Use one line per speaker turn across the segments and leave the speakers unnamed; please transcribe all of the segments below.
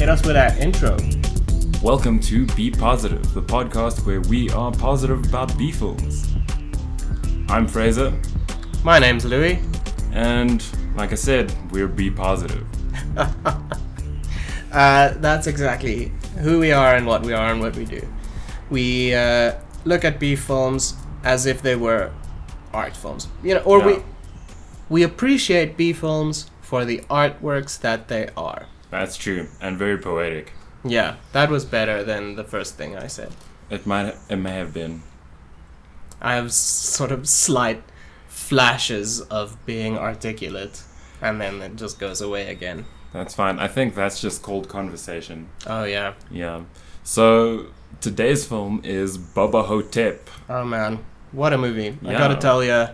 Hit us with that intro.
Welcome to Be Positive, the podcast where we are positive about B films. I'm Fraser,
My name's Louis.
and like I said, we're Be Positive.
Uh, that's exactly who we are and what we are and what we do. We uh, look at B films as if they were art films, you know, or
Yeah.
we we appreciate B films for the artworks that they are.
That's true, and very poetic.
Yeah, that was better than the first thing I said.
It might, it may have been.
I have s- sort of slight flashes of being articulate, and then it just goes away again.
That's fine. I think that's just called conversation.
Oh yeah.
Yeah. So today's film is Baba Hotep.
Oh man, what a movie! I
Yeah.
gotta tell you,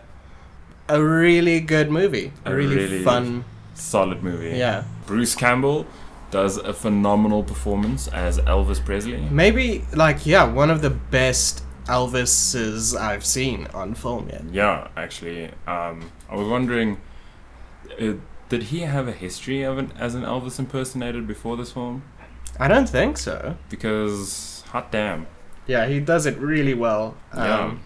a really good movie. A
A
really,
really-
fun.
Solid movie.
Yeah.
Bruce Campbell does a phenomenal performance as Elvis Presley.
Maybe like yeah, one of the best Elvises I've seen on film yet.
Yeah, actually, um, I was wondering, uh, did he have a history of an, as an Elvis impersonator before this film?
I don't think so.
Because hot damn,
Yeah, he does it really well.
Yeah.
Um,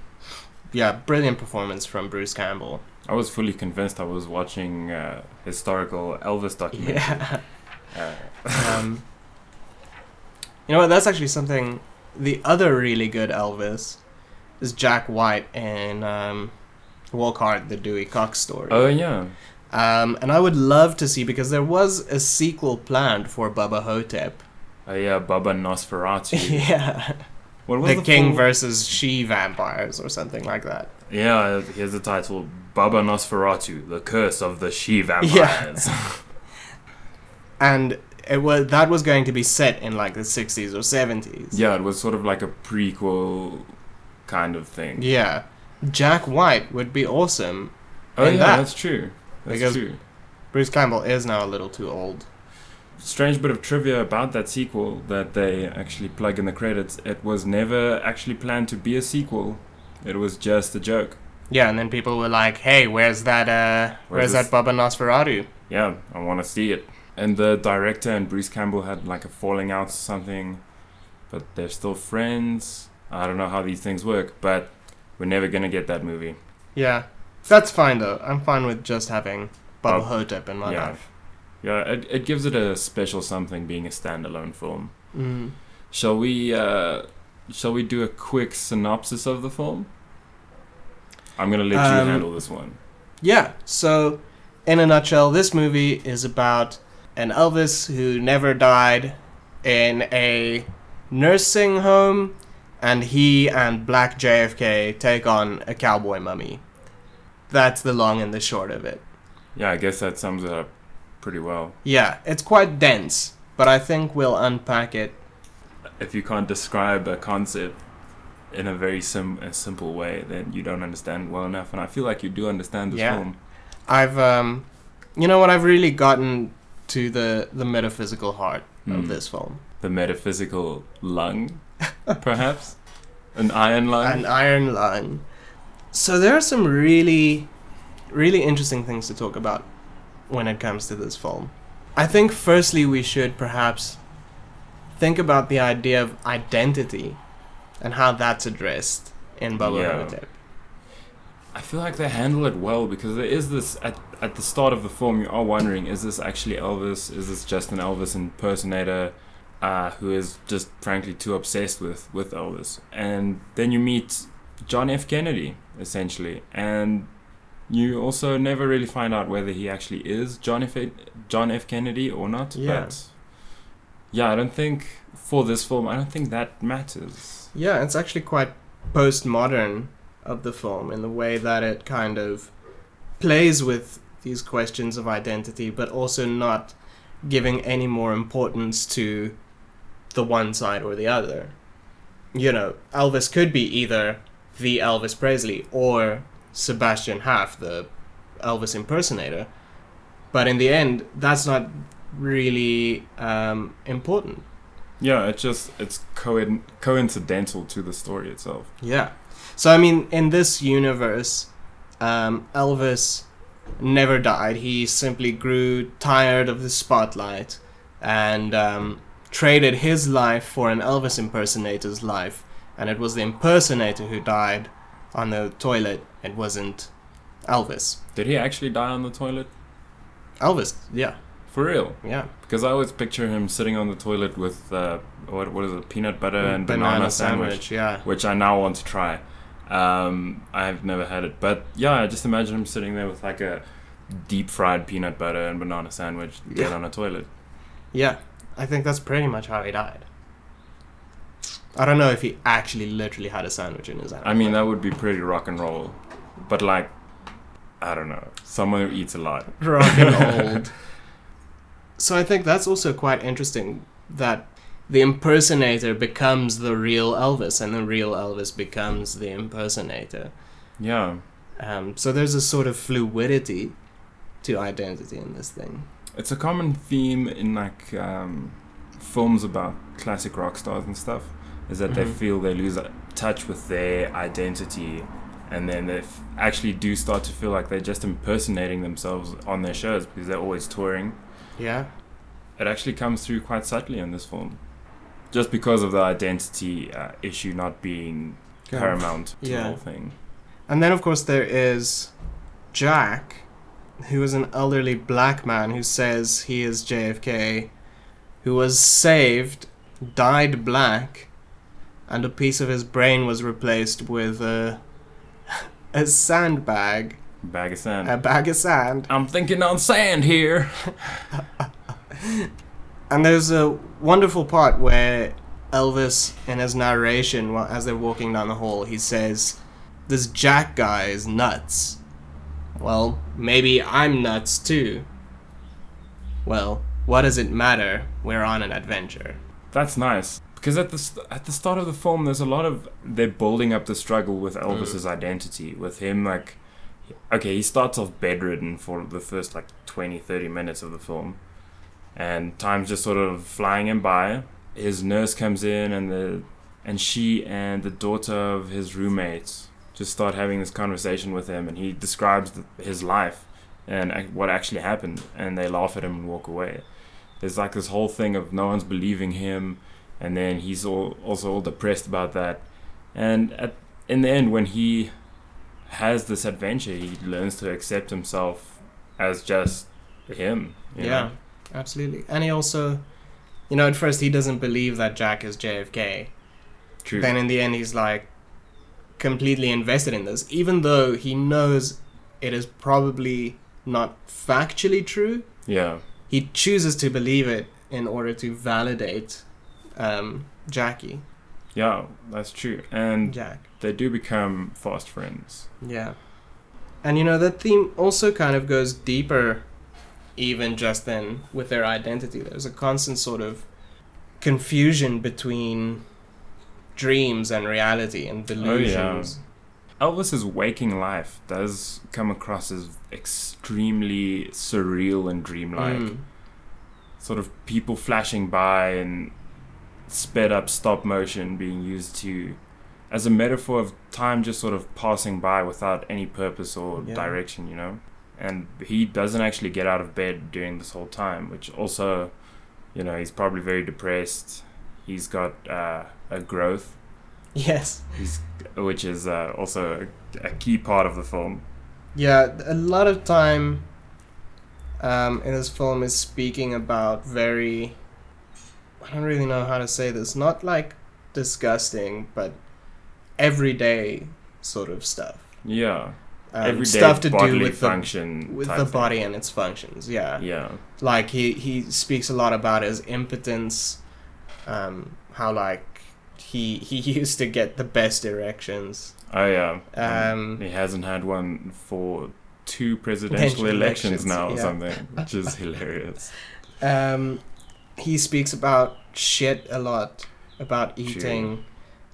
yeah, brilliant performance from Bruce Campbell.
I was fully convinced I was watching uh, historical Elvis documentary.
Yeah.
Uh,
um, you know what? That's actually something. The other really good Elvis is Jack White in um, Walk Hard: The Dewey Cox Story.
oh yeah,
Um, and I would love to see because there was a sequel planned for Baba Hotep.
oh yeah, Baba Nosferatu.
yeah,
What was
the, king
full-
versus she vampires or something like that.
Yeah, here's the title: Baba Nosferatu, the curse of the she vampires.
Yeah. And it was that was going to be set in like the sixties or seventies.
yeah, it was sort of like a prequel kind of thing.
Yeah, Jack White would be awesome.
Oh
And
yeah,
that-
that's true. That's
Because-
true.
Bruce Campbell is now a little too old.
strange bit of trivia about that sequel that they actually plug in the credits it was never actually planned to be a sequel it was just a joke
Yeah, and then people were like, "Hey, where's that? Uh, where's,
Where's
that
this-
Baba Nosferatu?"
yeah i want to see it and the director and bruce campbell had like a falling out or something but they're still friends i don't know how these things work but we're never gonna get that movie
Yeah, that's fine though. I'm fine with just having Baba
Bub-
Hotep in my
yeah.
life.
yeah it, it gives it a special something being a standalone film
Mm.
shall we uh shall we do a quick synopsis of the film i'm gonna let
Um,
you handle this one
Yeah, so in a nutshell, this movie is about an Elvis who never died in a nursing home, and he and Black JFK take on a cowboy mummy. That's the long and the short of it.
Yeah, I guess that sums it up pretty well.
Yeah, it's quite dense, but I think we'll unpack it.
If you can't describe a concept in a very sim- a simple way, then you don't understand well enough. And I feel like you do understand this
Yeah.
film.
I've, um, you know what, I've really gotten to the, the metaphysical heart
Hmm.
of this film.
The metaphysical lung, perhaps? An iron lung?
an iron lung. So there are some really, really interesting things to talk about when it comes to this film. I think firstly we should perhaps think about the idea of identity and how that's addressed in Baba
Yeah.
Hotep.
I feel like they handle it well because there is this at, at the start of the film. You are wondering: is this actually Elvis? Is this just an Elvis impersonator uh, who is just frankly too obsessed with with Elvis? And then you meet John F. Kennedy essentially, and you also never really find out whether he actually is John F. John F. Kennedy or not.
Yeah.
But yeah, I don't think for this film, I don't think that matters.
Yeah, it's actually quite postmodern of the film in the way that it kind of plays with these questions of identity, but also not giving any more importance to the one side or the other. You know, Elvis could be either the Elvis Presley or Sebastian Haff, the Elvis impersonator, but in the end, that's not really um, important.
Yeah, it just it's coin coincidental to the story itself.
Yeah. So I mean, in this universe, um, Elvis never died. He simply grew tired of the spotlight and um, traded his life for an Elvis impersonator's life, and it was the impersonator who died on the toilet. It wasn't Elvis.
Did he actually die on the toilet?
Elvis, yeah,
For real?
yeah,
Because I always picture him sitting on the toilet with uh, what what is it, peanut butter and banana,
Mm, banana,
sandwich,
sandwich, yeah.
which I now want to try. Um, I've never had it, but yeah, I just imagine him sitting there with like a deep fried peanut butter and banana sandwich dead on a toilet.
Yeah, I think that's pretty much how he died. I don't know if he actually literally had a sandwich in his hand.
I mean, that would be pretty rock and roll, but like, I don't know, someone who eats a lot.
rock and old. So I think that's also quite interesting that the impersonator becomes the real Elvis, and the real Elvis becomes the impersonator.
Yeah,
Um, so there's a sort of fluidity to identity in this thing.
it's a common theme in like um, films about classic rock stars and stuff is that they
Mhm.
feel they lose uh, touch with their identity and then they f- actually do start to feel like they're just impersonating themselves on their shows because they're always touring
Yeah.
it actually comes through quite subtly in this film just because of the identity uh, issue not being paramount to the
Yeah.
whole thing
And then, of course, there is Jack, who is an elderly black man who says he is JFK, who was saved, dyed black, and a piece of his brain was replaced with a, a sandbag,
bag of sand
a bag of sand.
i'm thinking on sand here
And there's a wonderful part where Elvis, in his narration, while as they're walking down the hall, he says, "This Jack guy is nuts." Well, maybe I'm nuts too. Well, what does it matter? We're on an adventure.
That's nice because at the st- at the start of the film, there's a lot of they're building up the struggle with Elvis's identity, with him like, okay, he starts off bedridden for the first like 20, 30 minutes of the film, and time's just sort of flying him by. His nurse comes in, and the and she and the daughter of his roommate just start having this conversation with him, and he describes th his life and ac- what actually happened, and they laugh at him and walk away there's like this whole thing of no one's believing him and then he's all, also all depressed about that and at, in the end when he has this adventure he learns to accept himself as just him you
yeah,
know?
absolutely. And he also, you know, at first he doesn't believe that Jack is JFK.
true
Then in the end, he's like completely invested in this, even though he knows it is probably not factually true.
yeah
He chooses to believe it in order to validate um, Jackie.
yeah that's true and
Jack.
they do become fast friends
Yeah. And you know, that theme also kind of goes deeper, even just then, with their identity. There's a constant sort of confusion between dreams and reality and delusions.
elvis's waking life does come across as extremely surreal and dreamlike
Mm.
sort of people flashing by and sped up stop motion being used to as a metaphor of time just sort of passing by without any purpose or
Yeah.
direction, you know? And he doesn't actually get out of bed during this whole time, which also, you know, he's probably very depressed. He's got uh, a growth,
Yes.
he's, which is uh, also a, a key part of the film.
Yeah, a lot of time um, in this film is speaking about very. I don't really know how to say this. Not like disgusting, but everyday sort of stuff.
Yeah.
Um,
Everyday
stuff to
bodily
do with the
function.
with
type
the
thing.
body and its functions. Yeah.
Yeah.
like he he speaks a lot about his impotence, um, how like he he used to get the best erections.
Oh, yeah.
Um,
He hasn't had one for two presidential
Presidential
elections,
elections,
now or
yeah.
something, which is hilarious.
Um, he speaks about shit a lot, about
True.
eating,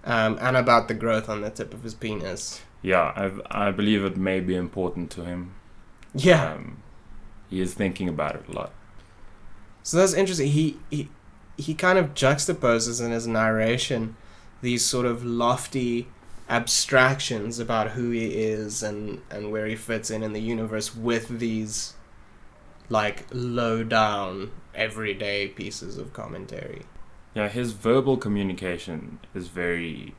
um, and about the growth on the tip of his penis.
Yeah, I, I believe it may be important to him.
Yeah.
Um, he is thinking about it a lot.
So that's interesting. He he he kind of juxtaposes in his narration these sort of lofty abstractions about who he is and and where he fits in in the universe with these like low down everyday pieces of commentary.
Yeah, his verbal communication is very,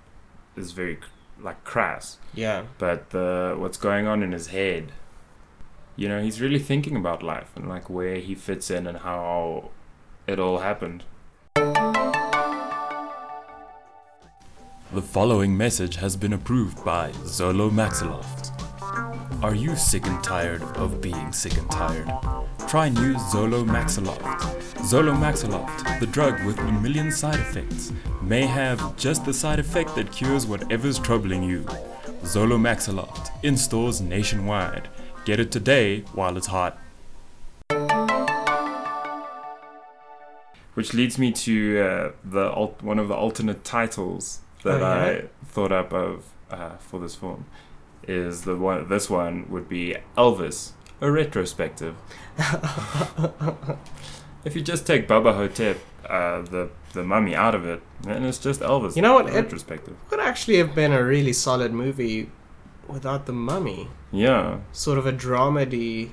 is very c- like crass.
Yeah.
But the what's going on in his head, you know, he's really thinking about life and like where he fits in and how it all happened. The following message has been approved by Zolo Maxiloft. Are you sick and tired of being sick and tired? Try new Zolo Maxiloft. Zolo Maxiloft, the drug with a million side effects, may have just the side effect that cures whatever's troubling you. Zolo Maxaloft in stores nationwide. Get it today while it's hot. Which leads me to uh, the al- one of the alternate titles
Oh,
that
yeah?
I thought up of uh, for this film is the one. This one would be Elvis, a retrospective. if you just take Baba Hotep, uh, the the mummy out of it, then it's just Elvis.
You know what,
a
it-
Retrospective.
Would actually have been a really solid movie without the mummy.
Yeah.
Sort of a dramedy.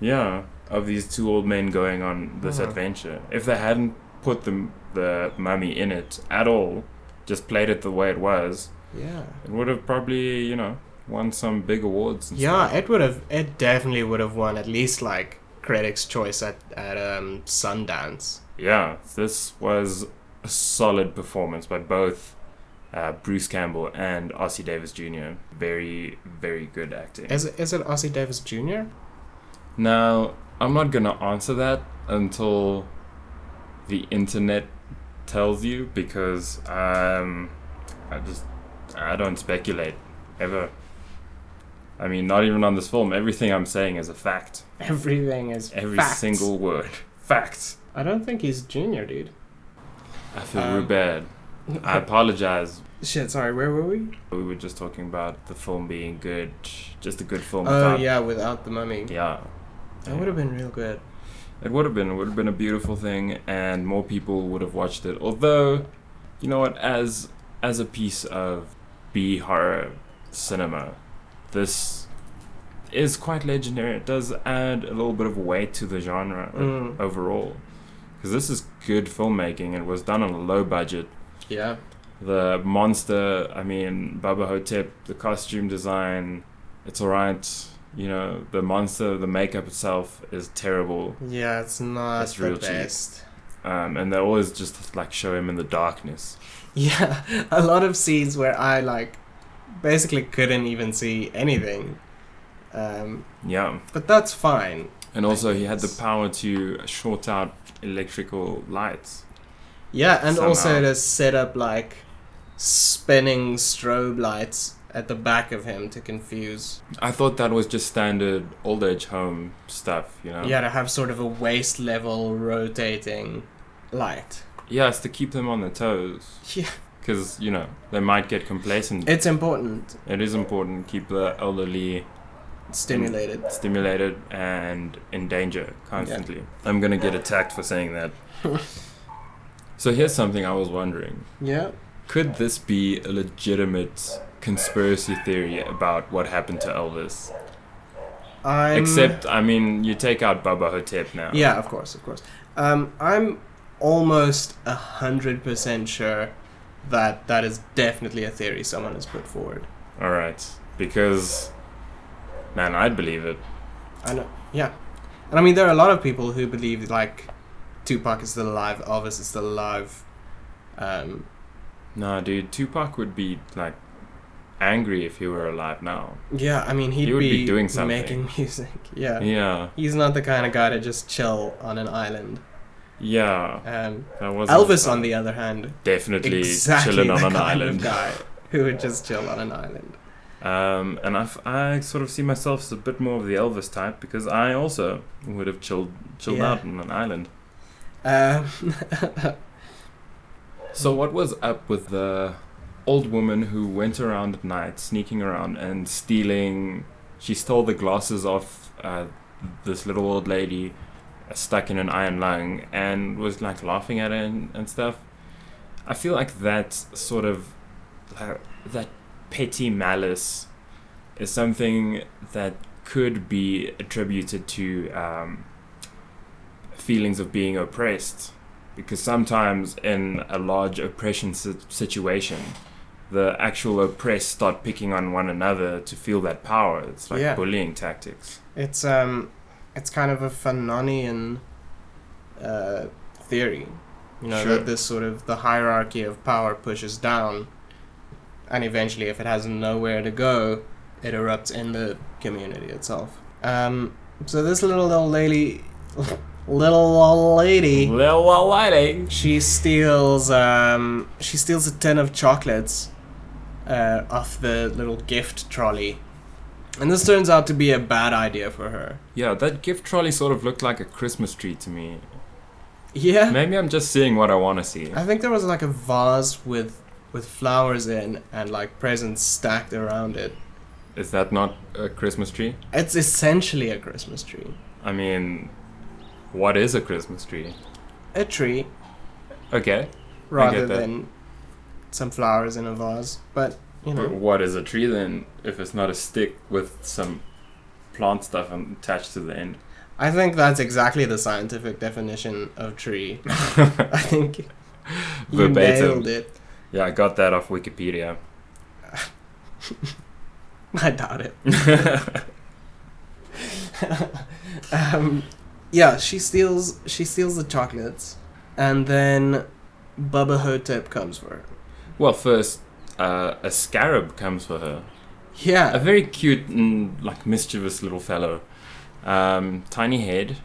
Yeah, of these two old men going on this
Yeah.
adventure. If they hadn't put the the mummy in it at all, just played it the way it was,
Yeah.
it would have probably you know won some big awards. And
Yeah,
stuff.
it would have. It definitely would have won at least like critics' choice at at um, Sundance.
yeah. This was a solid performance by both. Uh, Bruce Campbell and Ossie Davis Jr. Very, very good acting.
Is it, is it Ossie Davis Jr.?
Now, I'm not going to answer that until the internet tells you because um, I just I don't speculate ever. I mean, not even on this film. Everything I'm saying is a fact.
Everything is
Every
fact.
single word. Fact.
I don't think he's Junior, dude.
I feel
Um,
real bad. I apologize.
Shit, sorry. Where were we?
We were just talking about the film being good, just a good film.
Oh
without-
yeah, without the mummy,
Yeah.
that would have been real good.
It would have been. It would have been a beautiful thing, and more people would have watched it. Although, you know what? As as a piece of B horror cinema, this is quite legendary. It does add a little bit of weight to the genre
Mm.
overall, because this is good filmmaking. It was done on a low budget.
Yeah,
The monster. I mean, Baba Hotep. The costume design. It's alright. You know, the monster. The makeup itself is terrible.
yeah, it's not
It's
the
real cheap.
best.
Um, and they always just like show him in the darkness.
Yeah, a lot of scenes where I like basically couldn't even see anything, um,
Yeah.
but that's fine.
And also, he had the
Yes.
power to short out electrical lights.
Yeah, and also
Somehow.
to set up like spinning strobe lights at the back of him to confuse.
I thought that was just standard old age home stuff, you know?
Yeah, to have sort of a waist level rotating light.
Yeah, it's to keep them on their toes.
Yeah,
Because, you know, they might get complacent.
it's important.
it is important to keep the elderly
Stimulated.
stimulated and in danger constantly. I'm going to get attacked for saying that. so, here's something I was wondering.
Yeah.
Could this be a legitimate conspiracy theory about what happened to Elvis?
I'm...
Except, I mean, you take out Baba Hotep now.
Yeah, of course, of course. Um, I'm almost a hundred percent sure that that is definitely a theory someone has put forward.
All right. Because, man, I'd believe it.
I know. Yeah, and I mean there are a lot of people who believe like Tupac is still alive, Elvis is still alive. Um,
Nah, dude, Tupac would be, like, angry if he were alive now.
yeah, I mean he'd
He would be doing something.
making music. Yeah.
Yeah.
He's not the kind of guy to just chill on an island.
Yeah.
Um,
That was
Elvis, on the other hand,
Definitely
exactly
chilling
the
on an
kind
island.
of guy who would just chill on an island.
Um, and I, f- I sort of see myself as a bit more of the Elvis type because I also would have chilled, chilled
Yeah.
out on an island.
Uh, Um,
So what was up with the old woman who went around at night, sneaking around and stealing? She stole the glasses off uh, this little old lady uh, stuck in an iron lung and was like laughing at her and, and stuff. I feel like that sort of uh, that petty malice is something that could be attributed to um, feelings of being oppressed because sometimes in a large oppression si- situation, the actual oppressed start picking on one another to feel that power. It's like
Yeah.
bullying tactics.
It's um, it's kind of a Fanonian uh, theory, you know,
Sure.
that this sort of the hierarchy of power pushes down, and eventually, if it has nowhere to go, it erupts in the community itself. Um, so this little old lady, little old lady,
Well, well, eh? lighting.
she steals um, she steals a tin of chocolates, uh, off the little gift trolley, and this turns out to be a bad idea for her.
Yeah, that gift trolley sort of looked like a Christmas tree to me.
Yeah.
Maybe I'm just seeing what I want to see.
I think there was like a vase with with flowers in and like presents stacked around it.
Is that not a Christmas tree?
It's essentially a Christmas tree.
I mean, what is a Christmas tree?
A tree
Okay,
rather
get that.
than some flowers in a vase. But you
but
know
what is a tree then if it's not a stick with some plant stuff um, attached to the end?
I think that's exactly the scientific definition of tree. I think you nailed
Verbatim.
it.
Yeah, I got that off Wikipedia.
I doubt it. um, yeah, she steals she steals the chocolates and then Bubba Hotep comes for her.
Well, first, uh, a scarab comes for her.
Yeah.
A very cute and like mischievous little fellow. Um, tiny head,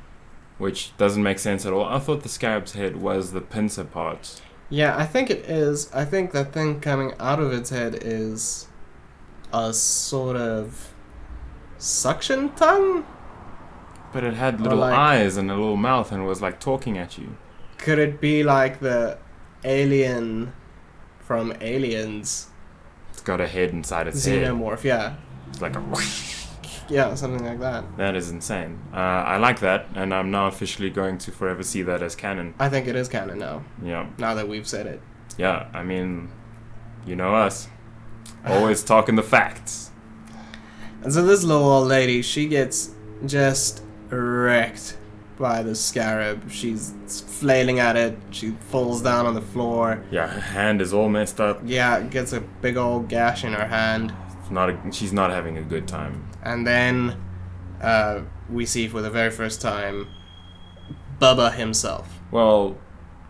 which doesn't make sense at all. I thought the scarab's head was the pincer part.
Yeah, I think it is. I think that thing coming out of its head is a sort of suction tongue.
But it had
Or
little
like-
eyes and a little mouth and was like talking at you.
Could it be like the alien from Aliens
It's got a head inside its head.
xenomorph? Yeah,
It's like a
yeah, something like that.
that is insane. Uh, I like that, and I'm now officially going to forever see that as canon.
I think it is canon now.
Yeah,
Now that we've said it,
yeah. I mean, you know us, always talking the facts.
and so this little old lady, she gets just wrecked by the scarab. She's flailing at it. She falls down on the floor.
Yeah, her hand is all messed up.
Yeah, gets a big old gash in her hand.
It's not. A, she's not having a good time.
And then uh, we see for the very first time Bubba himself.
Well,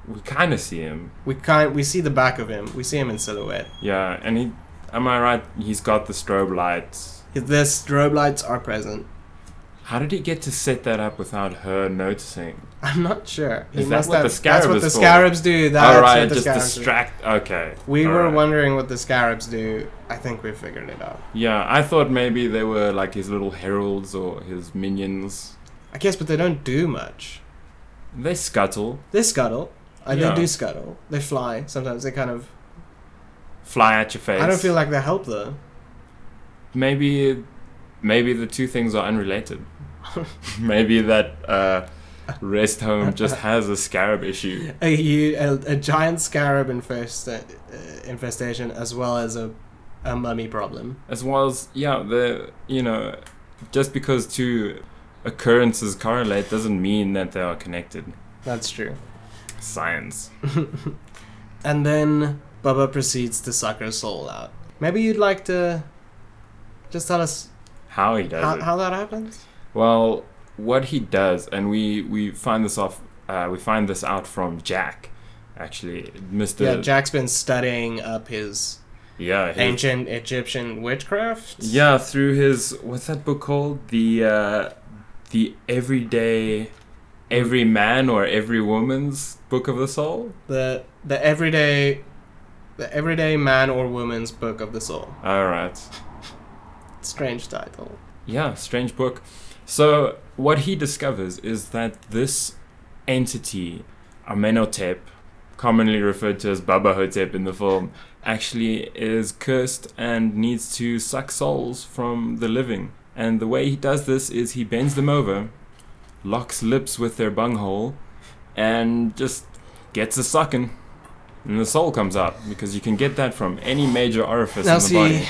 we kind of see him.
We kind we see the back of him. We see him in silhouette.
Yeah, and he. Am I right? He's got the strobe lights.
The strobe lights are present.
How did he get to set that up without her noticing?
I'm not sure.
Is that what the scarab
that's what
is
the
for?
scarabs do. That's
All right,
what the
just
scarabs
distract. Okay.
do. We
all
were
right.
wondering what the scarabs do. I think we figured it out.
Yeah, I thought maybe they were like his little heralds or his minions.
I guess, but they don't do much.
They scuttle,
They scuttle. Uh,
Yeah.
They do scuttle. They fly. Sometimes they kind of.
fly at your face.
I don't feel like they help though.
maybe, maybe the two things are unrelated. maybe that uh, rest home just has a scarab issue.
a, hu- a, a giant scarab infesta- uh, infestation as well as a, a mummy problem.
as well as yeah the you know just because two occurrences correlate doesn't mean that they are connected
That's true.
science
And then Bubba proceeds to suck her soul out. Maybe you'd like to just tell us
how he does
how,
it
how that happens?
well what he does and we we find this off uh, we find this out from jack actually mr
yeah, Jack's been studying up his
yeah his-
ancient Egyptian witchcraft.
yeah through his what's that book called the uh the everyday every man or every woman's book of the soul
The, the everyday. The Everyday Man or Woman's Book of the Soul.
all right
Strange title.
Yeah, strange book. So what he discovers is that this entity, Amenhotep, commonly referred to as Baba Hotep in the film, actually is cursed and needs to suck souls from the living. And the way he does this is he bends them over, locks lips with their bunghole, and just gets a sucking. And the soul comes out because you can get that from any major orifice
Now
in the
see-
body.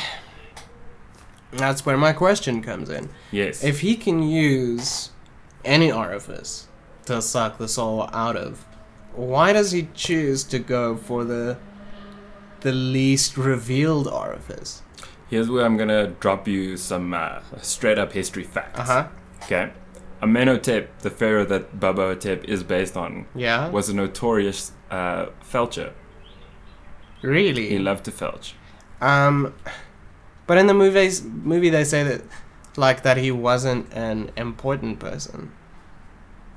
That's where my question comes in.
Yes.
If he can use any orifice to suck the soul out of, why does he choose to go for the the least revealed orifice?
Here's where I'm gonna drop you some uh, straight up history facts.
Uh huh.
Okay. Amenhotep, the pharaoh that Baba Hotep is based on,
Yeah.
was a notorious uh, felcher. He
Really.
loved to felch.
Um, but in the movies, movie they say that like that he wasn't an important person.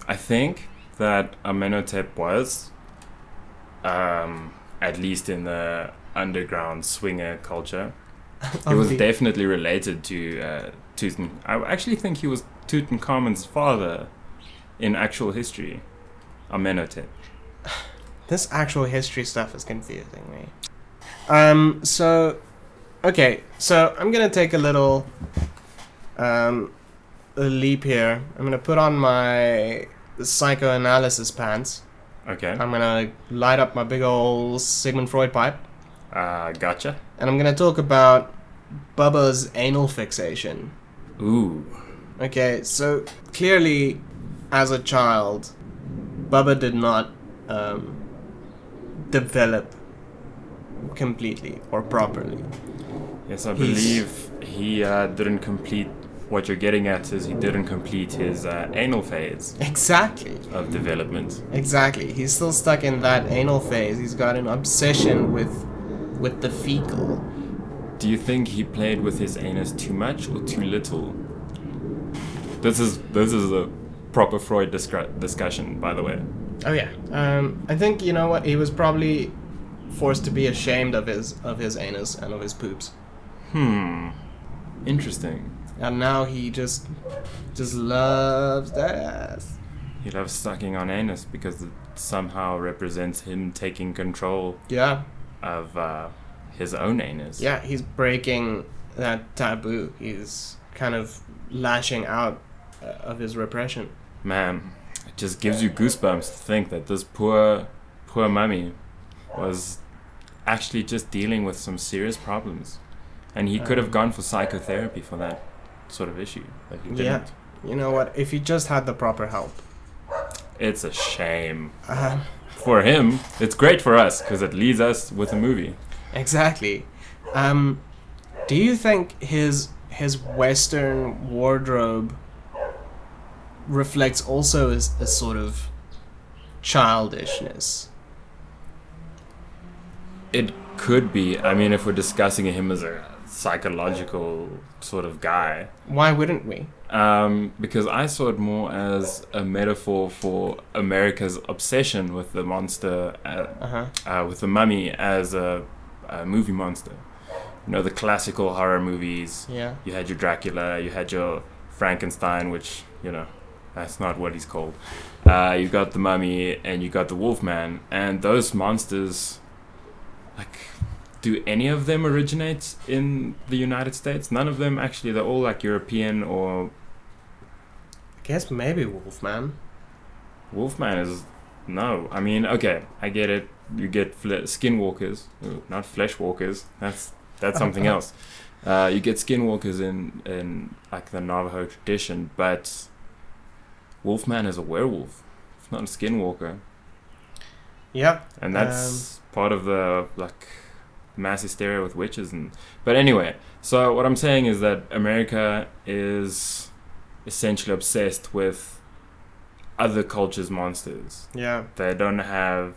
I think that Amenhotep was, um, at least in the underground swinger culture, he was
Obvi-
definitely related to uh, Tutankhamun. I actually think he was Tutankhamen's father in actual history, Amenhotep.
This actual history stuff is confusing me. Um, so, okay, so I'm gonna take a little, um, a leap here. I'm gonna put on my psychoanalysis pants.
Okay.
I'm gonna light up my big old Sigmund Freud pipe,
Uh, gotcha.
and I'm gonna talk about Bubba's anal fixation.
Ooh.
Okay, so clearly, as a child, Bubba did not um, develop completely or properly.
Yes, I
He's-
believe he uh, didn't complete. What you're getting at is he didn't complete his uh, anal phase
Exactly,
of development.
exactly. He's still stuck in that anal phase. He's got an obsession with with the fecal.
Do you think he played with his anus too much or too little? This is this is a proper Freud discra- discussion, by the way.
Oh yeah. Um, I think you know what he was probably forced to be ashamed of his of his anus and of his poops,
Hmm. Interesting.
and now he just just loves that.
He loves sucking on anus because it somehow represents him taking control
Yeah.
of uh, his own anus.
Yeah, he's breaking that taboo. He's kind of lashing out uh, of his repression.
Man, it just gives you goosebumps to think that this poor, poor mummy was actually just dealing with some serious problems. And he could have
Um,
gone for psychotherapy for that sort of issue, but he didn't.
Yeah. You know what? If he just had the proper help,
It's a shame.
um,
For him, it's great for us because it leaves us with a movie.
exactly. Um, do you think his his Western wardrobe reflects also as a sort of childishness?
It could be. I mean, if we're discussing him as a psychological sort of guy,
Why wouldn't we?
um, because I saw it more as a metaphor for America's obsession with the monster, uh,
Uh huh.
uh, with the mummy as a, a movie monster. You know, the classical horror movies.
Yeah.
You had your Dracula, you had your Frankenstein, which you know, that's not what he's called. Uh, you got the Mummy, and you got the Wolfman, and those monsters. Like, do any of them originate in the United States? None of them actually. They're all like European or
I guess maybe Wolfman.
Wolfman is no. I mean, okay, I get it. You get fle- skinwalkers, Ooh, not fleshwalkers. That's that's something else. Uh, you get skinwalkers in in like the Navajo tradition, but Wolfman is a werewolf. It's not a skinwalker,
Yeah.
and that's part of the like mass hysteria with witches and. But anyway, so what I'm saying is that America is essentially obsessed with other cultures' monsters
Yeah.
they don't have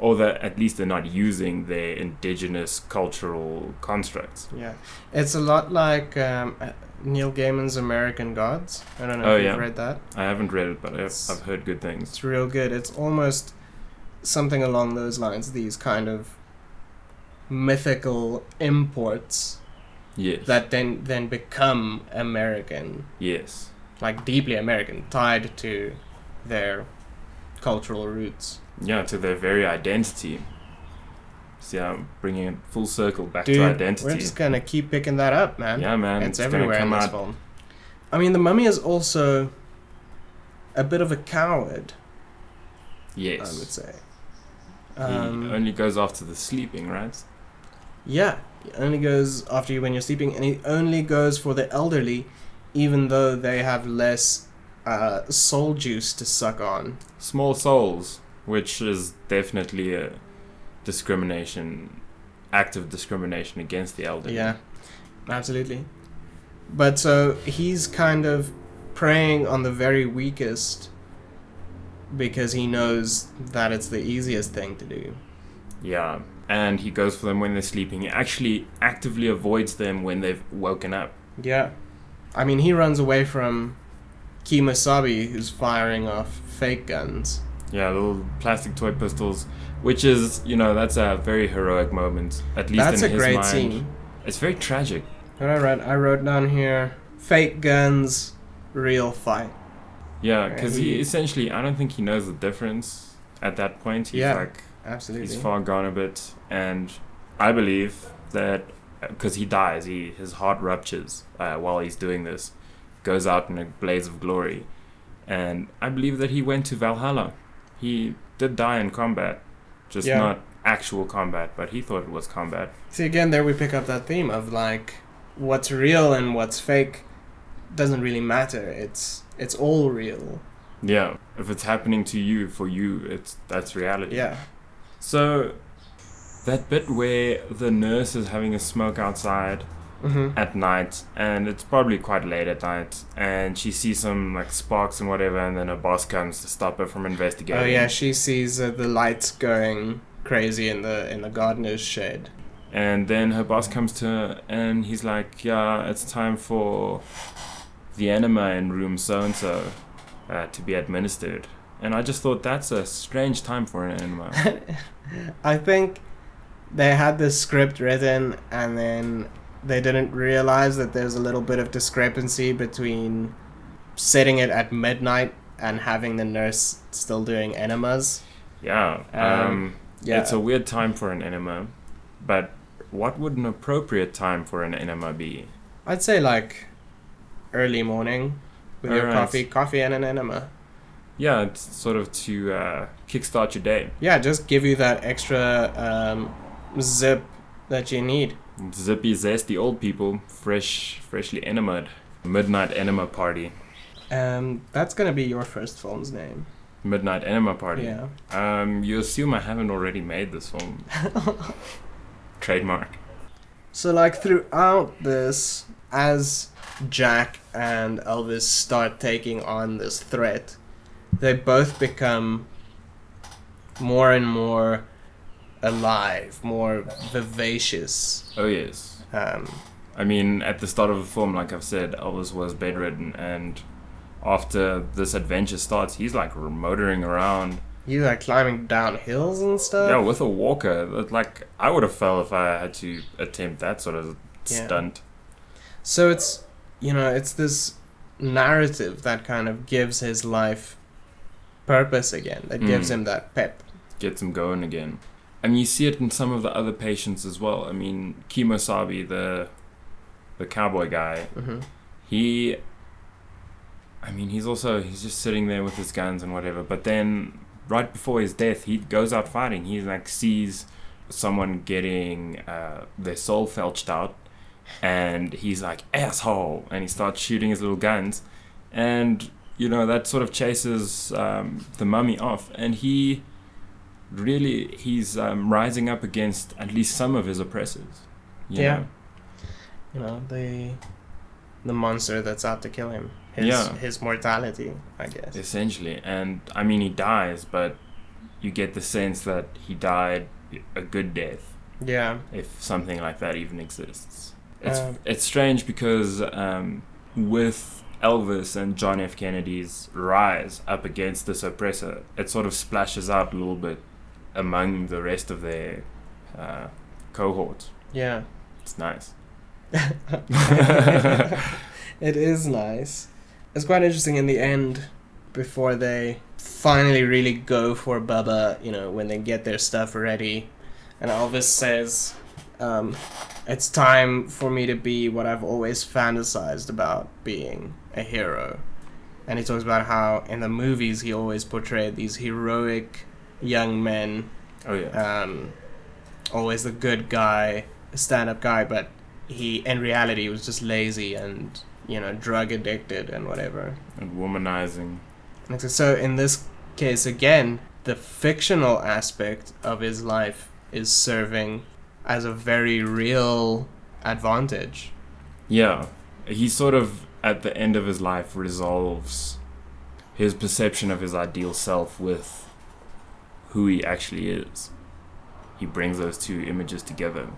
or that at least they're not using their indigenous cultural constructs.
Yeah, it's a lot like um, uh, Neil Gaiman's American Gods. I don't know
Oh,
if you've
yeah.
read that.
I haven't read it, but I've,
It's-
I've heard good things.
It's real good. It's almost something along those lines. These kind of mythical imports
Yes.
that then then become American,
yes.
like deeply American, tied to their cultural roots.
Yeah, to their very identity. See, I'm bringing it full circle back
Dude,
to
we're
identity.
just gonna keep picking that up, man.
yeah, man.
it's,
gonna
everywhere in
come
this
out-
film. I mean, the mummy is also a bit of a coward. I would
Yes.
say.
he
Um,
only goes after the sleeping, right?
yeah, he only goes after you when you're sleeping, and he only goes for the elderly, even though they have less uh, soul juice to suck on.
Small souls. which is definitely a discrimination, active discrimination against the elderly.
Yeah, absolutely. But so he's kind of preying on the very weakest because he knows that it's the easiest thing to do.
Yeah, and he goes for them when they're sleeping. He actually actively avoids them when they've woken up.
Yeah. I mean, he runs away from Kimasabi, who's firing off fake guns.
Yeah, little plastic toy pistols, which is, you know, that's a very heroic moment. At least
That's
in
a
his
great
mind.
scene.
It's very tragic.
What I wrote, I wrote down here fake guns, real fight.
Yeah, because
Right.
he essentially, I don't think he knows the difference at that point. He's
Yeah,
like,
Absolutely.
he's far gone a bit, and I believe that because he dies, he his heart ruptures uh, while he's doing this, goes out in a blaze of glory, and I believe that he went to Valhalla. He did die in combat, just
Yeah.
not actual combat, but he thought it was combat.
See, again, there we pick up that theme of like what's real and what's fake doesn't really matter. It's it's all real.
Yeah, if it's happening to you, for you, it's that's reality.
Yeah.
So that bit where the nurse is having a smoke outside
Mm-hmm.
at night and it's probably quite late at night and she sees some like sparks and whatever and then her boss comes to stop her from investigating
Oh yeah, she sees uh, the lights going crazy in the in the gardener's shed.
and then her boss comes to her and he's like yeah it's time for the enema in room so and so to be administered and i just thought that's a strange time for an enema
I think they had this script written and then they didn't realize that there's a little bit of discrepancy between setting it at midnight and having the nurse still doing enemas.
yeah
Um,
um, it's a weird time for an enema but what would an appropriate time for an enema be
I'd say like early morning with your
Alright.
coffee, coffee and an enema.
yeah it's sort of to uh, kickstart your day
Yeah, just give you that extra um, zip that you need.
Zippy zesty old people, fresh, freshly enamored. Midnight enema party.
Um, that's gonna be your first film's name.
Midnight enema party.
Yeah.
Um, you assume I haven't already made this film. Trademark.
So like throughout this, as Jack and Elvis start taking on this threat, they both become more and more alive, more vivacious.
Oh yes.
Um,
I mean, at the start of the film, like I've said, Elvis was bedridden, and after this adventure starts, he's like motoring around.
he's like climbing down hills and stuff.
Yeah, with a walker. That, Like I would have fell if I had to attempt that sort of
Yeah.
stunt.
So it's you know it's this narrative that kind of gives his life purpose again. That gives
Mm.
him that pep.
gets him going again. I mean, you see it in some of the other patients as well. I mean, Kimosabi, the the cowboy guy,
hmm
he. I mean, he's also he's just sitting there with his guns and whatever. But then, right before his death, he goes out fighting. He like sees someone getting uh, their soul felched out, and he's like asshole, and he starts shooting his little guns, and you know that sort of chases um, the mummy off, and he really he's um, rising up against at least some of his oppressors. you
Yeah.
know?
You know the the monster that's out to kill him. His
Yeah.
his mortality, I guess.
Essentially, and I mean, he dies, but you get the sense that he died a good death,
Yeah.
if something like that even exists. It's
Um,
it's strange because um, with Elvis and John F. Kennedy's rise up against this oppressor, it sort of splashes out a little bit among the rest of their uh, cohort.
Yeah.
It's nice.
it is nice. It's quite interesting in the end before they finally really go for Bubba, you know, when they get their stuff ready. And Elvis says, um, It's time for me to be what I've always fantasized about being a hero. And he talks about how in the movies he always portrayed these heroic young men
Oh yeah.
um, always the good guy, stand up guy, but he, in reality, was just lazy and, you know, drug addicted and whatever.
and womanizing.
And so, so in this case, again, the fictional aspect of his life is serving as a very real advantage.
Yeah. He sort of, at the end of his life, resolves his perception of his ideal self with who he actually is. He brings those two images together.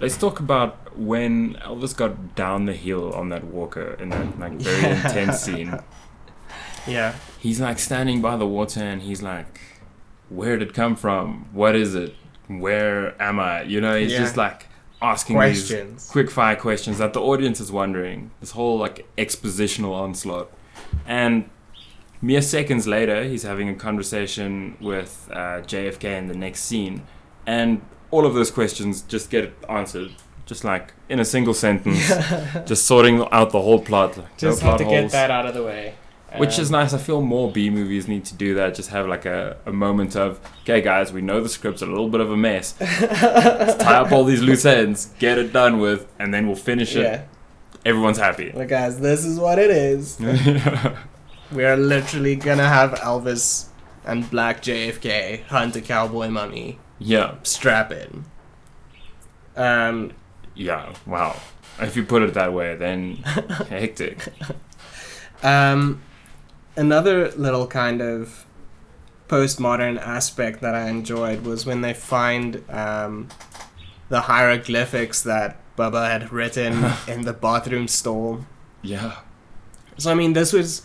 Let's talk about when Elvis got down the hill on that walker in that like very intense scene.
Yeah.
He's like standing by the water and he's like, Where did it come from? What is it? Where am I? You know, he's
Yeah.
just like asking these
Questions.
quick fire questions that the audience is wondering. This whole like expositional onslaught. And mere seconds later, he's having a conversation with uh, JFK in the next scene. And all of those questions just get answered. Just like in a single sentence, just sorting out the whole plot. Like, no
Just
plot
have to get
holes.
that out of the way.
Which is
Um,
nice. I feel more B movies need to do that. Just have like a, a moment of, okay, guys, we know the script's a little bit of a mess. Let's tie up all these loose ends, get it done with, and then we'll finish it.
Yeah.
Everyone's happy.
Look, guys, this is what it is. We are literally gonna have Elvis and Black JFK hunt a cowboy mummy.
yeah,
Strap in. Um,
yeah, wow. If you put it that way, then hectic.
Um, another little kind of postmodern aspect that I enjoyed was when they find um, the hieroglyphics that Bubba had written in the bathroom stall.
Yeah,
So I mean, this was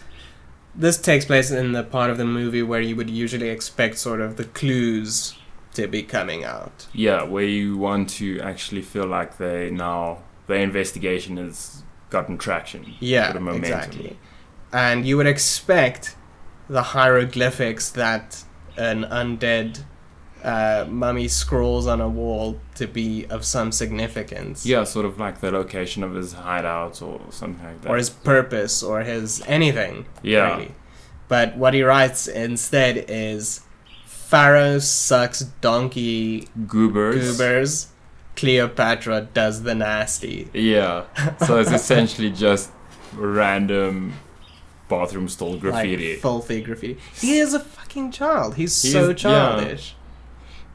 this takes place in the part of the movie where you would usually expect sort of the clues to be coming out.
yeah, where you want to actually feel like they now, their investigation has gotten traction. Bit of
Yeah,
momentum.
exactly. And you would expect the hieroglyphics that an undead uh, mummy scrawls on a wall to be of some significance.
Yeah, sort of like the location of his hideout or something like that.
Or his purpose or his anything.
Yeah.
Really. But what he writes instead is Pharaoh sucks donkey
goobers.
goobers, Cleopatra does the nasty.
Yeah. So it's essentially just random bathroom stall graffiti.
Like filthy graffiti. He is a fucking child. He's,
He's-
so
yeah.
childish.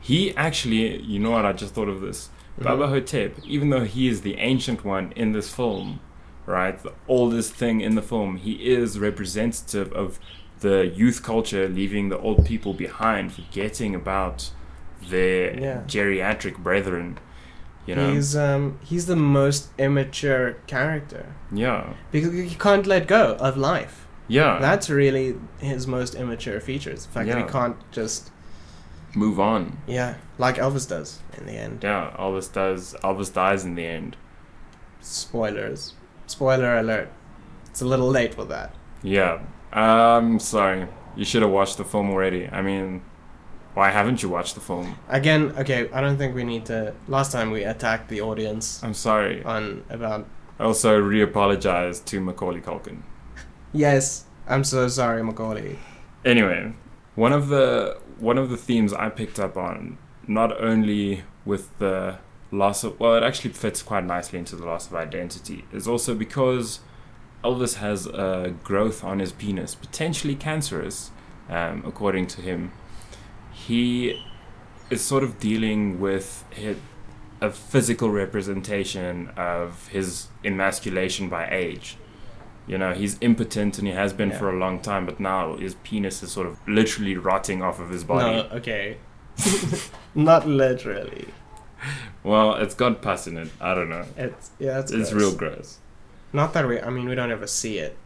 he actually, you know what? I just thought of this.
Mm-hmm.
Baba Hotep, even though he is the ancient one in this film, right? The oldest thing in the film, he is representative of the youth culture, leaving the old people behind, forgetting about their
Yeah.
geriatric brethren. You know?
He's um he's the most immature character
yeah.
because he can't let go of life.
Yeah.
That's really his most immature feature. is The fact that
Yeah.
he can't just
Move on.
yeah, like Elvis does in the end.
Yeah, Elvis does. Elvis dies in the end.
Spoilers. Spoiler alert. It's a little late for that.
Yeah. Um, sorry. You should have watched the film already. I mean, why haven't you watched the film?
Again, okay, I don't think we need to last time we attacked the audience
I'm sorry.
on about
I also re-apologize to Macaulay Culkin.
Yes, I'm so sorry, Macaulay.
Anyway, one of the one of the themes I picked up on, not only with the loss of well, it actually fits quite nicely into the loss of identity, is also because Elvis has a growth on his penis, potentially cancerous, um, according to him. He is sort of dealing with hi a physical representation of his emasculation by age. You know, he's impotent and he has been
Yeah.
for a long time, but now his penis is sort of literally rotting off of his body.
No, okay. Not literally.
Well, it's got pus in it. I don't know.
It's yeah, it's,
It's, it's
gross.
real gross.
Not that we I mean we don't ever see it.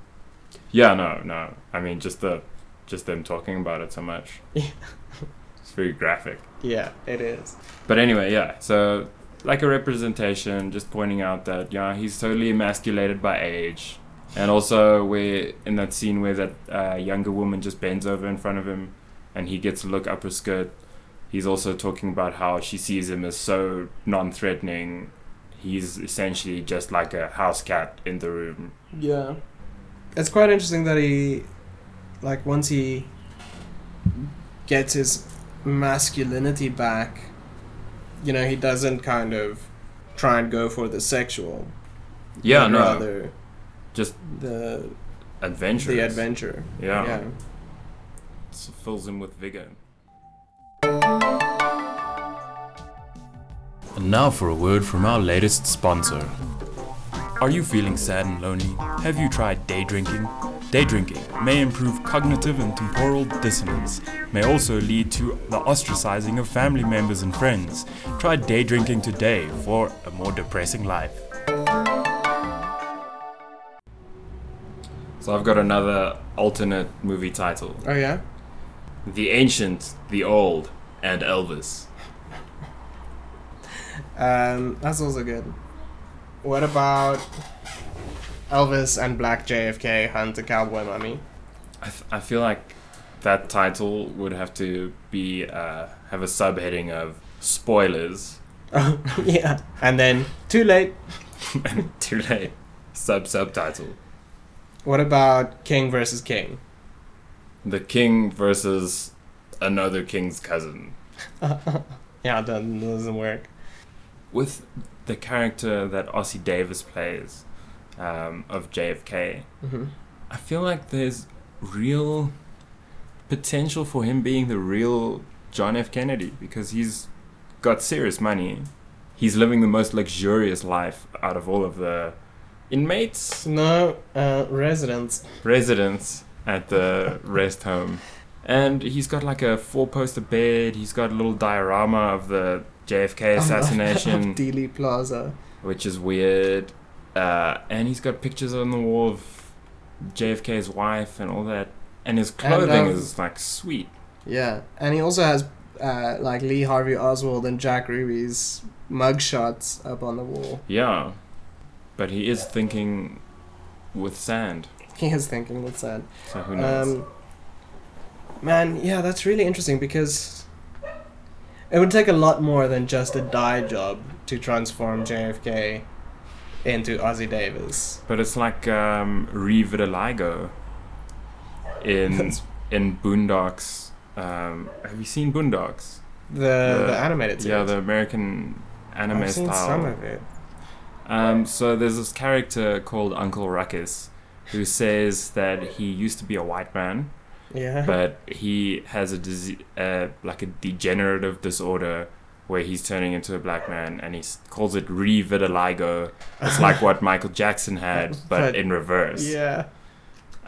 Yeah, no, no. I mean, just the, just them talking about it so much.
Yeah.
it's very graphic.
Yeah, it is.
But anyway, yeah. So, like a representation, just pointing out that yeah, he's totally emasculated by age, and also where in that scene where that uh, younger woman just bends over in front of him, and he gets to look up her skirt. He's also talking about how she sees him as so non-threatening. He's essentially just like a house cat in the room.
Yeah. It's quite interesting that he like once he gets his masculinity back, you know, he doesn't kind of try and go for the sexual.
Yeah,
but
no,
Rather
just
the
adventurous.
the adventure.
Yeah.
yeah.
S- fills him with vigor.
And now for a word from our latest sponsor. Are you feeling sad and lonely? Have you tried day drinking? Day drinking may improve cognitive and temporal dissonance, may also lead to the ostracizing of family members and friends. Try day drinking today for a more depressing life.
So I've got another alternate movie title:
Oh yeah.
The Ancient, the Old, and Elvis.
Um, that's also good. What about Elvis and Black JFK hunt a cowboy mummy?
I, f- I feel like that title would have to be uh, have a subheading of spoilers.
Oh yeah. And then too late.
Too late. Sub subtitle:
What about King versus King?
The King versus another King's cousin.
Yeah, that doesn't work.
with the character that Ossie Davis plays um, of JFK,
hmm
I feel like there's real potential for him being the real John F. Kennedy because he's got serious money. He's living the most luxurious life out of all of the inmates,
No uh, residents.
residents at the rest home. And he's got like a four poster bed, he's got a little diorama of the JFK assassination.
of Dealey Plaza.
which is weird. Uh, and he's got pictures on the wall of JFK's wife and all that. And his clothing
um,
is like sweet.
Yeah, and he also has uh, like Lee Harvey Oswald and Jack Ruby's mugshots up on the wall.
Yeah. But he is thinking with sand.
He is thinking with sad.
So who knows?
Um, man, yeah, that's really interesting because it would take a lot more than just a dye job to transform JFK into Ozzy Davis.
but it's like um, Revitaligo in,
That's-
in Boondocks. Um, have you seen Boondocks?
The
Yeah.
the animated series.
Yeah, the American anime
I've seen
style.
some of it.
Um, so there's this character called Uncle Ruckus who says that he used to be a white man,
Yeah.
but he has a disease, uh, like a degenerative disorder where he's turning into a black man, and he s- calls it revitiligo. It's like what Michael Jackson had, but,
But-
in reverse.
yeah.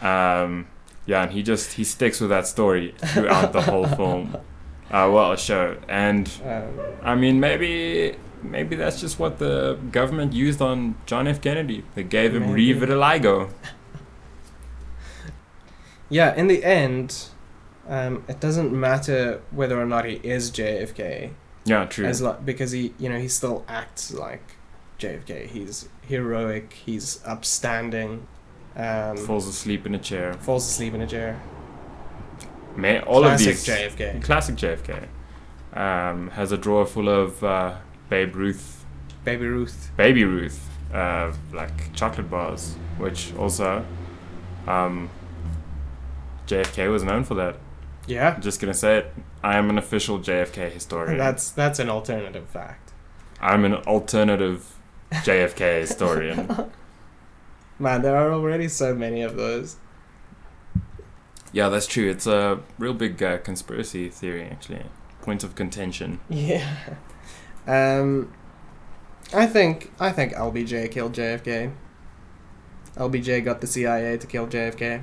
Um, yeah, and he just he sticks with that story throughout the whole film. Uh, well, show and
Um,
I mean, maybe maybe that's just what the government used on John F. Kennedy. They gave him
Maybe.
revitiligo.
yeah, in the end, um, it doesn't matter whether or not he is JFK.
Yeah, true.
as like because he you know he still acts like JFK. He's heroic. He's upstanding. Um,
Falls asleep in a chair.
falls asleep in a chair.
May, all
Classic
of these
JFK.
classic JFK um, has a drawer full of uh, Babe Ruth,
Baby Ruth.
Baby Ruth, uh, like chocolate bars, which also um, JFK was known for that.
Yeah,
I'm just gonna say it. I am an official JFK historian.
that's that's an alternative fact.
I'm an alternative JFK historian.
Man, there are already so many of those.
Yeah, that's true. It's a real big uh, conspiracy theory, actually. Point of contention.
Yeah. Um, I think I think LBJ killed JFK. LBJ got the CIA to kill JFK.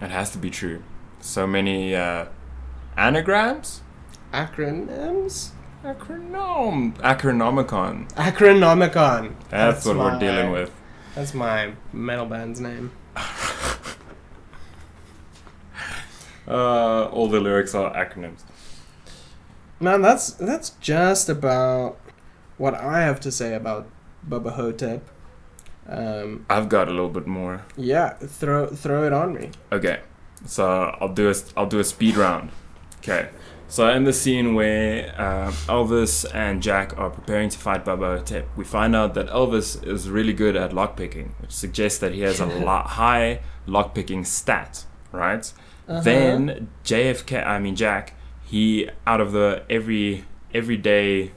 It has to be true. So many uh, anagrams,
Acronyms.
acronom, acronomicon.
Acronomicon.
That's, what we're dealing
my-
with.
That's my metal band's name.
Uh, all the lyrics are acronyms.
Man, that's that's just about what I have to say about Bubba Hotep. Um,
I've got a little bit more.
yeah, throw throw it on me.
Okay, so I'll do a I'll do a speed round. Okay, so in the scene where um, Elvis and Jack are preparing to fight Baba Hotep, we find out that Elvis is really good at lockpicking, which suggests that he has a lo- high lockpicking stat, right? Then JFK, I mean Jack, he out of the every everyday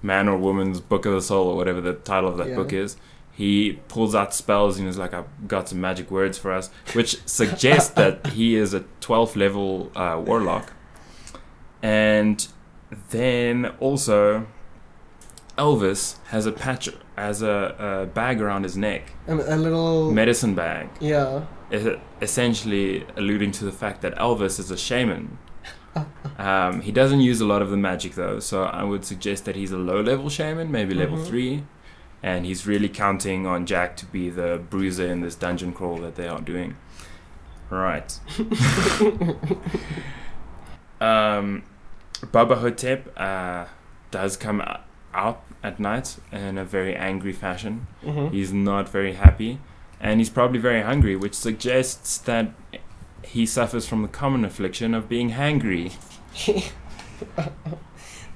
man or woman's book of the soul or whatever the title of that
Yeah.
book is, he pulls out spells and is like, "I've got some magic words for us," which suggests that he is a 12th level uh, warlock. And then also, Elvis has a patch, has a, a bag around his neck,
A, a little.
medicine bag,
yeah.
e- essentially alluding to the fact that Elvis is a shaman. Um, he doesn't use a lot of the magic though, so I would suggest that he's a low level shaman, maybe level
Mhm.
three, and he's really counting on Jack to be the bruiser in this dungeon crawl that they are doing. Right. um, Baba Hotep uh, does come o- out at night in a very angry fashion.
hmm
He's not very happy, and he's probably very hungry, which suggests that he suffers from the common affliction of being hangry.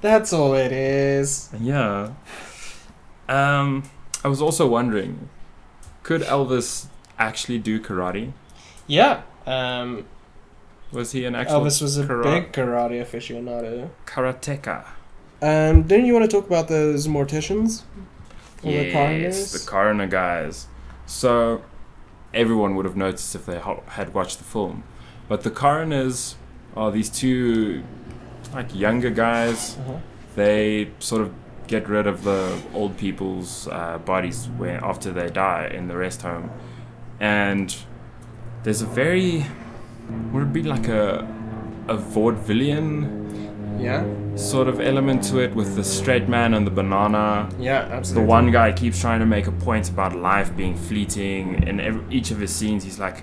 That's all it is.
Yeah. Um, I was also wondering, could Elvis actually do karate?
Yeah. Um,
Was he an actual
Elvis Oh, was a
kara-
big karate aficionado.
karateka?
Um, didn't you want to talk about those morticians? Or the
Yes,
coroners?
the coroner guys. So everyone would have noticed if they ho- had watched the film, but the coroners are these two like younger guys
Uh-huh.
they sort of get rid of the old people's uh, bodies where after they die in the rest home, and there's a very would it be like a a vaudevillian
Yeah.
sort of element to it with the straight man and the banana.
Yeah,
The
absolutely.
one guy keeps trying to make a point about life being fleeting, and ev each of his scenes, he's like,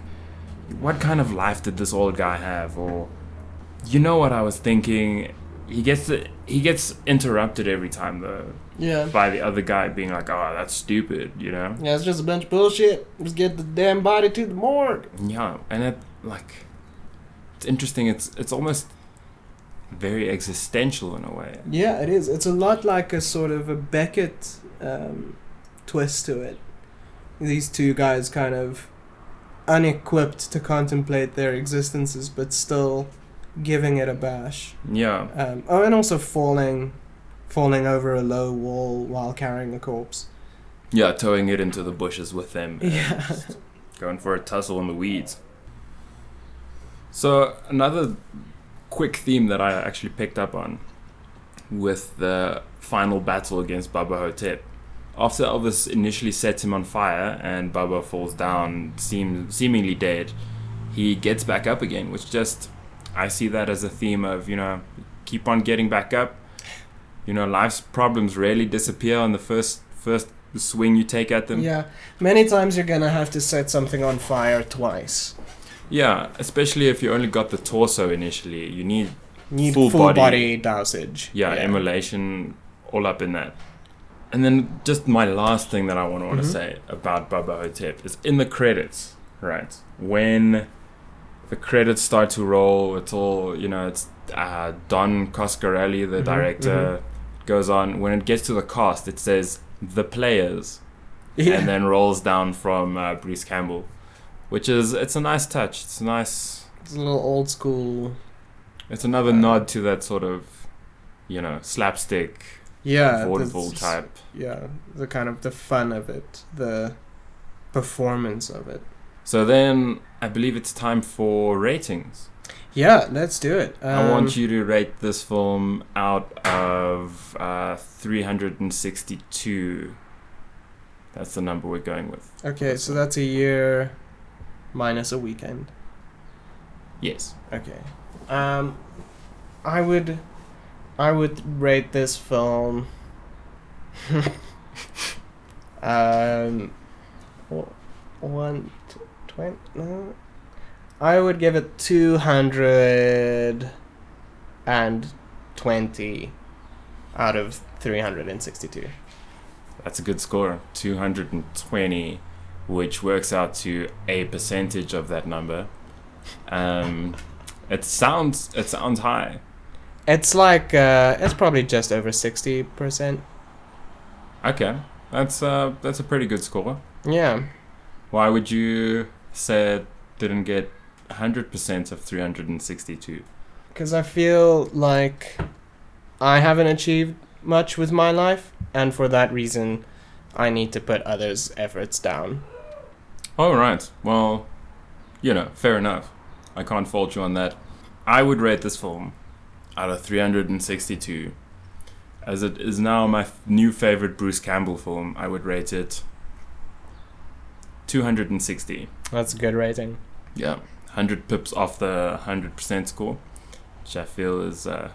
"What kind of life did this old guy have?" Or, "You know what I was thinking." He gets he gets interrupted every time though
Yeah.
by the other guy being like, "Oh, that's stupid," you know.
Yeah, it's just a bunch of bullshit. Just get the damn body to the morgue.
Yeah, and it like, it's interesting. It's it's almost very existential in a way.
Yeah, it is. It's a lot like a sort of a Beckett um, twist to it. These two guys kind of unequipped to contemplate their existences, but still giving it a bash.
Yeah,
Um, oh, and also falling, falling over a low wall while carrying a corpse.
yeah, towing it into the bushes with them.
Yeah.
going for a tussle in the weeds. So another quick theme that I actually picked up on with the final battle against Baba Hotep. After Elvis initially sets him on fire and Baba falls down, seem, seemingly dead, he gets back up again, which just I see that as a theme of you know keep on getting back up. You know, life's problems rarely disappear on the first first swing you take at them.
yeah. Many times you're gonna have to set something on fire twice.
Yeah, especially if you only got the torso initially. You need
Need
Full
full,
body.
body. dousage.
yeah, immolation all up in that. And then just my last thing that I want to want to
Mhm.
say about Baba Hotep is in the credits, right? When the credits start to roll, it's all you know. It's uh, Don Coscarelli, the
Mhm,
director, goes on. When it gets to the cast, it says the players,
Yeah.
and then rolls down from uh, Bruce Campbell, which is it's a nice touch. It's a nice.
It's a little old school.
It's another
Uh,
nod to that sort of, you know, slapstick
Yeah.
vaudeville
that's-
type.
Yeah, the kind of the fun of it, the performance of it.
So then I believe it's time for ratings.
Yeah, let's do it. Um,
I want you to rate this film out of uh, 362. That's the number we're going with.
Okay, so that's a year minus a weekend.
Yes.
Okay. Um, I would, I would rate this film. um, w- one t- twen- No, I would give it two hundred and twenty out of three hundred and sixty-two.
That's a good score. 220, which works out to a percentage of that number. Um, it sounds it sounds high.
It's like uh, it's probably just over sixty percent.
Okay. That's uh that's a pretty good score.
Yeah.
Why would you say it didn't get 100% of 362?
because I feel like I haven't achieved much with my life, and for that reason, I need to put others' efforts down.
All right. Well, you know, fair enough. I can't fault you on that. I would rate this film out of 362 as it is now my f- new favorite Bruce Campbell film. I would rate it 260.
That's a good rating.
Yeah, 100 pips off the 100% score, which I feel is uh,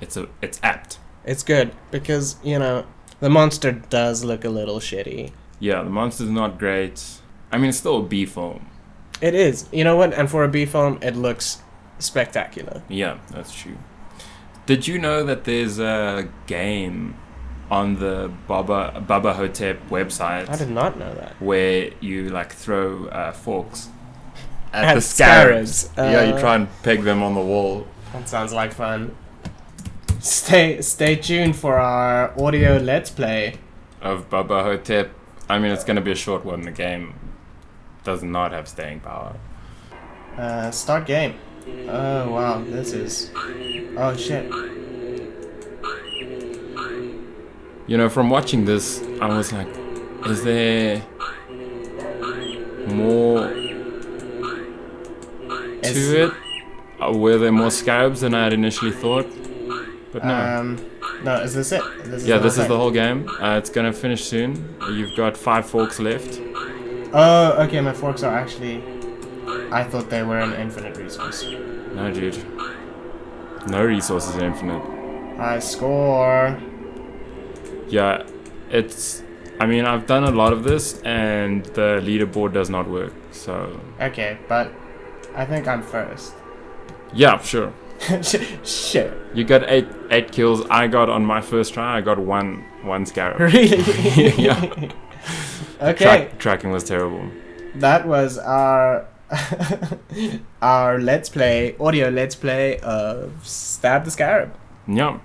it's a it's apt.
It's good because, you know, the monster does look a little shitty.
Yeah, the monster's not great. I mean, it's still a B film.
It is. You know what? And for a B film, it looks spectacular.
Yeah, that's true. Did you know that there's a game on the Baba Baba Hotep website
I did not know that.
where you like throw uh, forks at,
At
the scarabs?
scarabs,
yeah, you
uh,
try and peg them on the wall.
That sounds like fun. Stay stay tuned for our audio let's play.
of Baba Hotep. I mean, it's going to be a short one. The game does not have staying power.
Uh, start game. Oh wow, this is. Oh shit.
You know, from watching this, I was like, is there more
It's-
to it? Uh, Were there more scarabs than I had initially thought? But no.
Um, no, is this it? This
yeah, this is the
thing.
whole game. Uh, it's going to finish soon. You've got five forks left.
Oh, okay. My forks are actually. I thought they were an infinite resource.
No, dude. No resources are infinite.
I score.
Yeah, it's. I mean, I've done a lot of this, and the leaderboard does not work. So
Okay, but I think I'm first.
yeah, sure.
Shit.
You got eight eight kills. I got on my first try. I got one one scarab.
Really?
Yeah.
Okay,
Track, tracking was terrible.
that was our our let's play audio let's play of Stab the Scarab.
Yeah,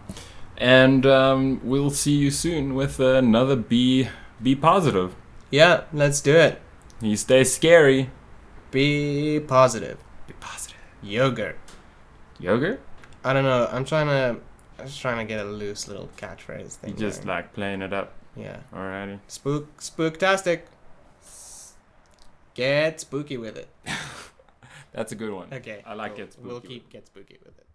and um, we'll see you soon with another B B positive.
Yeah, let's do it.
You stay scary.
Be positive.
Be positive.
Yogurt.
Yogurt?
I don't know. I'm trying to. I'm just trying to get a loose little catchphrase
You
thing.
just
going.
like playing it up.
yeah.
Alrighty.
Spook, spooktastic. Get spooky with it.
That's a good one.
Okay.
I like
we'll-
it.
We'll keep get spooky with it.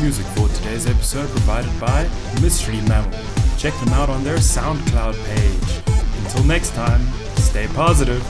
Music for today's episode provided by Mystery Mammal. Check them out on their SoundCloud page. Until next time, stay positive.